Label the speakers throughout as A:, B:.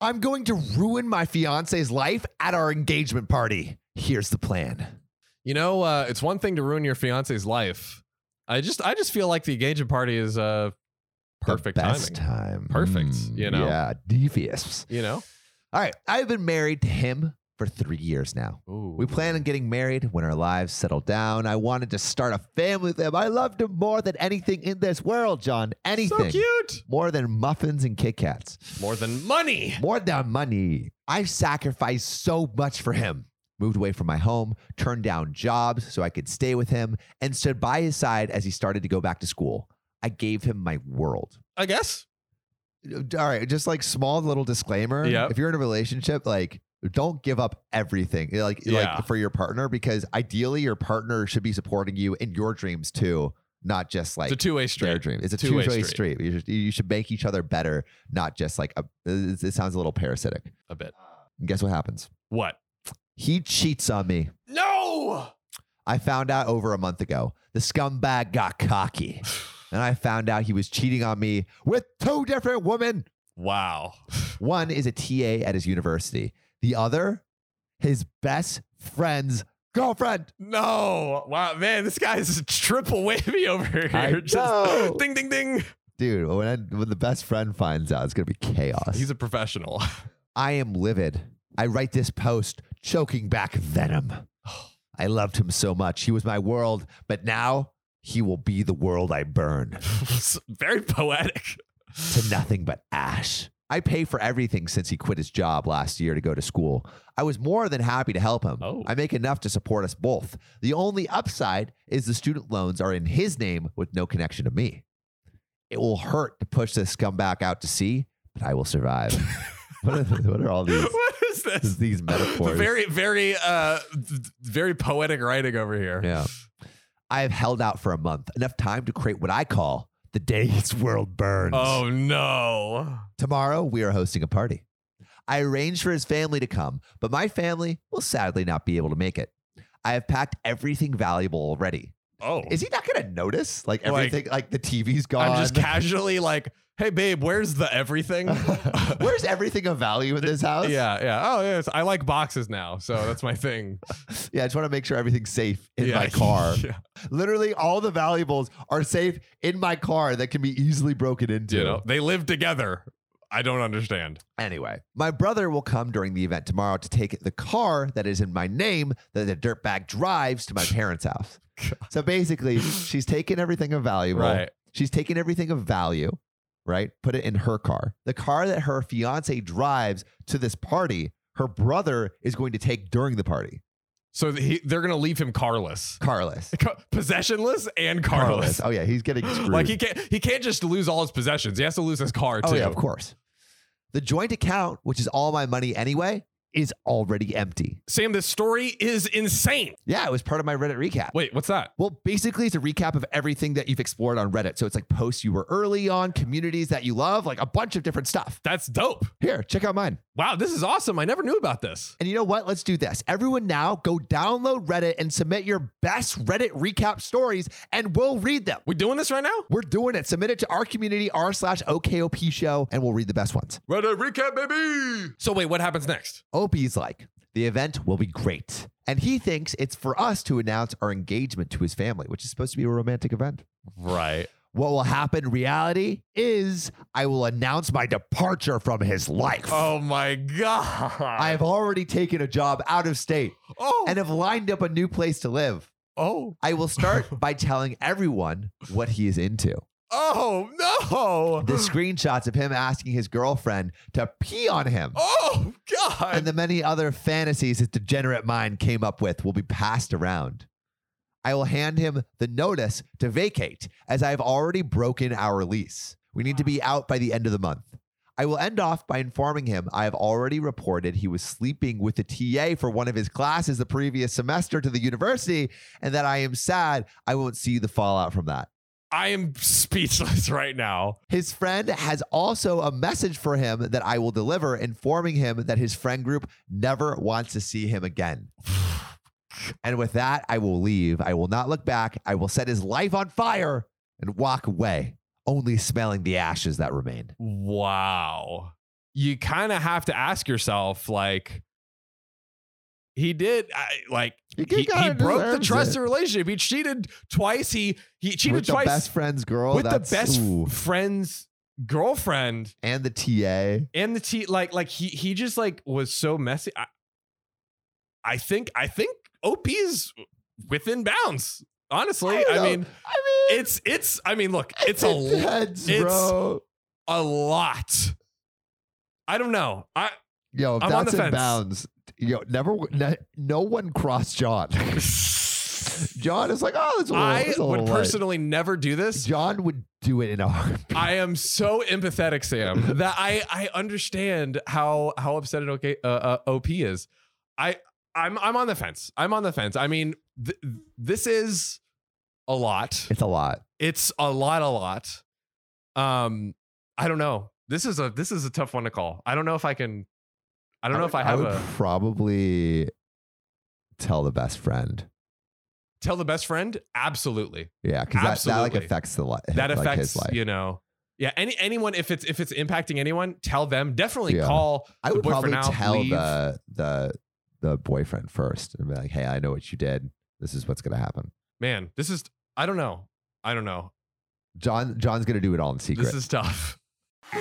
A: I'm going to ruin my fiance's life at our engagement party. Here's the plan.
B: You know, uh, it's one thing to ruin your fiance's life. I just, I just feel like the engagement party is uh,
A: The
B: perfect
A: best
B: timing.
A: time.
B: Perfect,
A: Mm,
B: you know?
A: Yeah, devious.
B: You know.
A: All right. I've been married to him for three years now.
B: Ooh.
A: We plan on getting married when our lives settle down. I wanted to start a family with him. I loved him more than anything in this world, John. Anything.
B: So cute.
A: More than muffins and Kit Kats.
B: More than money.
A: More than money. I sacrificed so much for him. Moved away from my home, turned down jobs so I could stay with him, and stood by his side as he started to go back to school. I gave him my world. Uh,
B: I guess.
A: All right, just like small little disclaimer.
B: Yep.
A: If you're in a relationship, like don't give up everything like
B: Yeah.
A: like for your partner because ideally your partner should be supporting you in your dreams too, not just like
B: It's a two-way
A: their
B: street.
A: dream. It's a
B: Two-way
A: two-way, street. You, should, you should make each other better, not just like a, it it sounds a little parasitic.
B: A bit.
A: And guess what happens?
B: What?
A: He cheats on me.
B: No.
A: I found out over a month ago. The scumbag got cocky. And I found out he was cheating on me with two different women.
B: Wow.
A: One is a TA at his university, the other, his best friend's girlfriend.
B: No. Wow, man, this guy's a triple whammy over here.
A: I know.
B: ding ding ding.
A: Dude, when, I, when the best friend finds out, it's going to be chaos.
B: He's a professional.
A: I am livid. I write this post choking back venom. I loved him so much. He was my world, but now he will be the world I burn
B: Very poetic.
A: to nothing but ash. I pay for everything since he quit his job last year to go to school. I was more than happy to help him.
B: Oh.
A: I make enough to support us both. The only upside is the student loans are in his name with no connection to me. It will hurt to push this scumbag out to sea, but I will survive. what, are, what are all these?
B: What is this?
A: These metaphors.
B: Very, very, uh, v- very poetic writing over here.
A: Yeah. I have held out for a month, enough time to create what I call the day his world burns.
B: Oh no.
A: Tomorrow, we are hosting a party. I arranged for his family to come, but my family will sadly not be able to make it. I have packed everything valuable already.
B: Oh.
A: Is he not going to notice? Like
B: Like-
A: everything, like, the TV's gone.
B: I'm just casually like, hey babe, where's the everything?
A: Where's everything of value in this house?
B: Yeah, yeah. Oh, yes. I like boxes now, so that's my thing.
A: Yeah, I just want to make sure everything's safe in
B: yeah.
A: my car.
B: Yeah.
A: Literally, all the valuables are safe in my car that can be easily broken into.
B: You know, they live together. I don't understand.
A: Anyway, my brother will come during the event tomorrow to take the car that is in my name that the dirtbag drives to my parents' house. So basically, she's taken everything of valuable.
B: Right.
A: She's taken everything of value, right? Put it in her car. The car that her fiance drives to this party, her brother is going to take during the party.
B: So th- he, they're gonna leave him carless,
A: Carless.
B: Co- possessionless, and carless.
A: Oh, yeah. He's getting screwed.
B: like he can't he can't just lose all his possessions. He has to lose his car too.
A: Oh, yeah, of course. The joint account, which is all my money anyway, is already empty.
B: Sam, this story is insane.
A: Yeah, it was part of my Reddit recap.
B: Wait, what's that?
A: Well, basically, it's a recap of everything that you've explored on Reddit. So it's like posts you were early on, communities that you love, like a bunch of different stuff.
B: That's dope.
A: Here, check out mine.
B: Wow, this is awesome. I never knew about this.
A: And you know what? Let's do this. Everyone now go download Reddit and submit your best Reddit recap stories, and we'll read them.
B: We doing this right now?
A: We're doing it. Submit it to our community, r slash OKOP show, and we'll read the best ones.
B: Right a recap, baby. So wait, what happens next?
A: Opie's like, the event will be great. And he thinks it's for us to announce our engagement to his family, which is supposed to be a romantic event.
B: Right.
A: What will happen in reality is I will announce my departure from his life.
B: Oh my god.
A: I have already taken a job out of state
B: oh
A: and have lined up a new place to live.
B: oh
A: I will start by telling everyone what he is into.
B: oh no.
A: The screenshots of him asking his girlfriend to pee on him
B: oh god.
A: and the many other fantasies his degenerate mind came up with will be passed around. I will hand him the notice to vacate, as I have already broken our lease. We need to be out by the end of the month. I will end off by informing him I have already reported he was sleeping with a TA for one of his classes the previous semester to the university, and that I am sad I won't see the fallout from that.
B: I am speechless right now.
A: His friend has also a message for him that I will deliver, informing him that his friend group never wants to see him again. And with that, I will leave. I will not look back. I will set his life on fire and walk away, only smelling the ashes that remain.
B: Wow. you kind of have to ask yourself, like, he did, I, like,
A: You
B: he,
A: kinda
B: he broke the
A: deserves
B: trusted
A: it.
B: relationship. He cheated twice. He he cheated
A: with
B: twice
A: the best friends girl
B: with the
A: that's-
B: best
A: ooh.
B: friend's girlfriend
A: and the TA.
B: and the t like like he he just like was so messy. I, I think I think OP is within bounds. Honestly,
A: I don't
B: I
A: know.
B: mean,
A: I mean,
B: it's it's i mean look it's
A: it
B: a
A: depends,
B: it's-
A: bro.
B: a lot i don't know i
A: Yo, if
B: I'm on
A: that's
B: the
A: in
B: fence.
A: bounds. Yo, never. Ne, no one crossed John. John is like, oh, that's a little.
B: i
A: that's a
B: would
A: little light.
B: personally never do this
A: John would do it in a heartbeat.
B: i am so empathetic sam that i i understand how how upset an okay uh, uh, op is i i'm i'm on the fence i'm on the fence i mean th- this is a lot
A: It's a lot.
B: it's a lot a lot um i don't know this is a this is a tough one to call i don't know if i can i don't know if i have
A: would
B: a
A: probably tell the best friend.
B: tell the best friend absolutely
A: Yeah, because that, that like
B: Absolutely.
A: affects the life.
B: that
A: like
B: affects
A: his life.
B: you know yeah any anyone if it's if it's impacting anyone tell them definitely
A: Yeah.
B: call
A: I
B: the
A: would
B: boyfriend
A: probably
B: out,
A: tell
B: leave.
A: the the the boyfriend first and be like, "Hey, I know what you did. This is what's gonna happen."
B: man this is i don't know i don't know
A: John John's gonna do it all in secret.
B: this is tough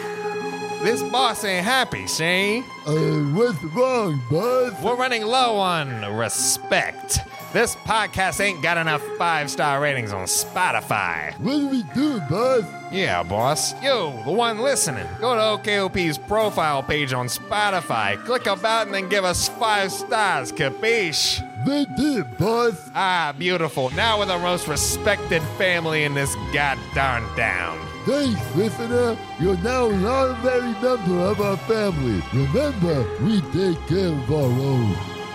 B: this boss ain't happy see
A: Uh, what's wrong, bud?
B: we're running low on respect this podcast ain't got enough five star ratings on spotify
A: What do we do, bud?
B: Yeah, boss. Yo, the one listening. Go to OKOP's profile page on Spotify. Click about and then give us five stars, capiche?
A: They did, bud.
B: Ah, beautiful. Now we're the most respected family in this goddamn town.
A: Thanks, listener. You're now an honorary member of our family. Remember, we take care of our own.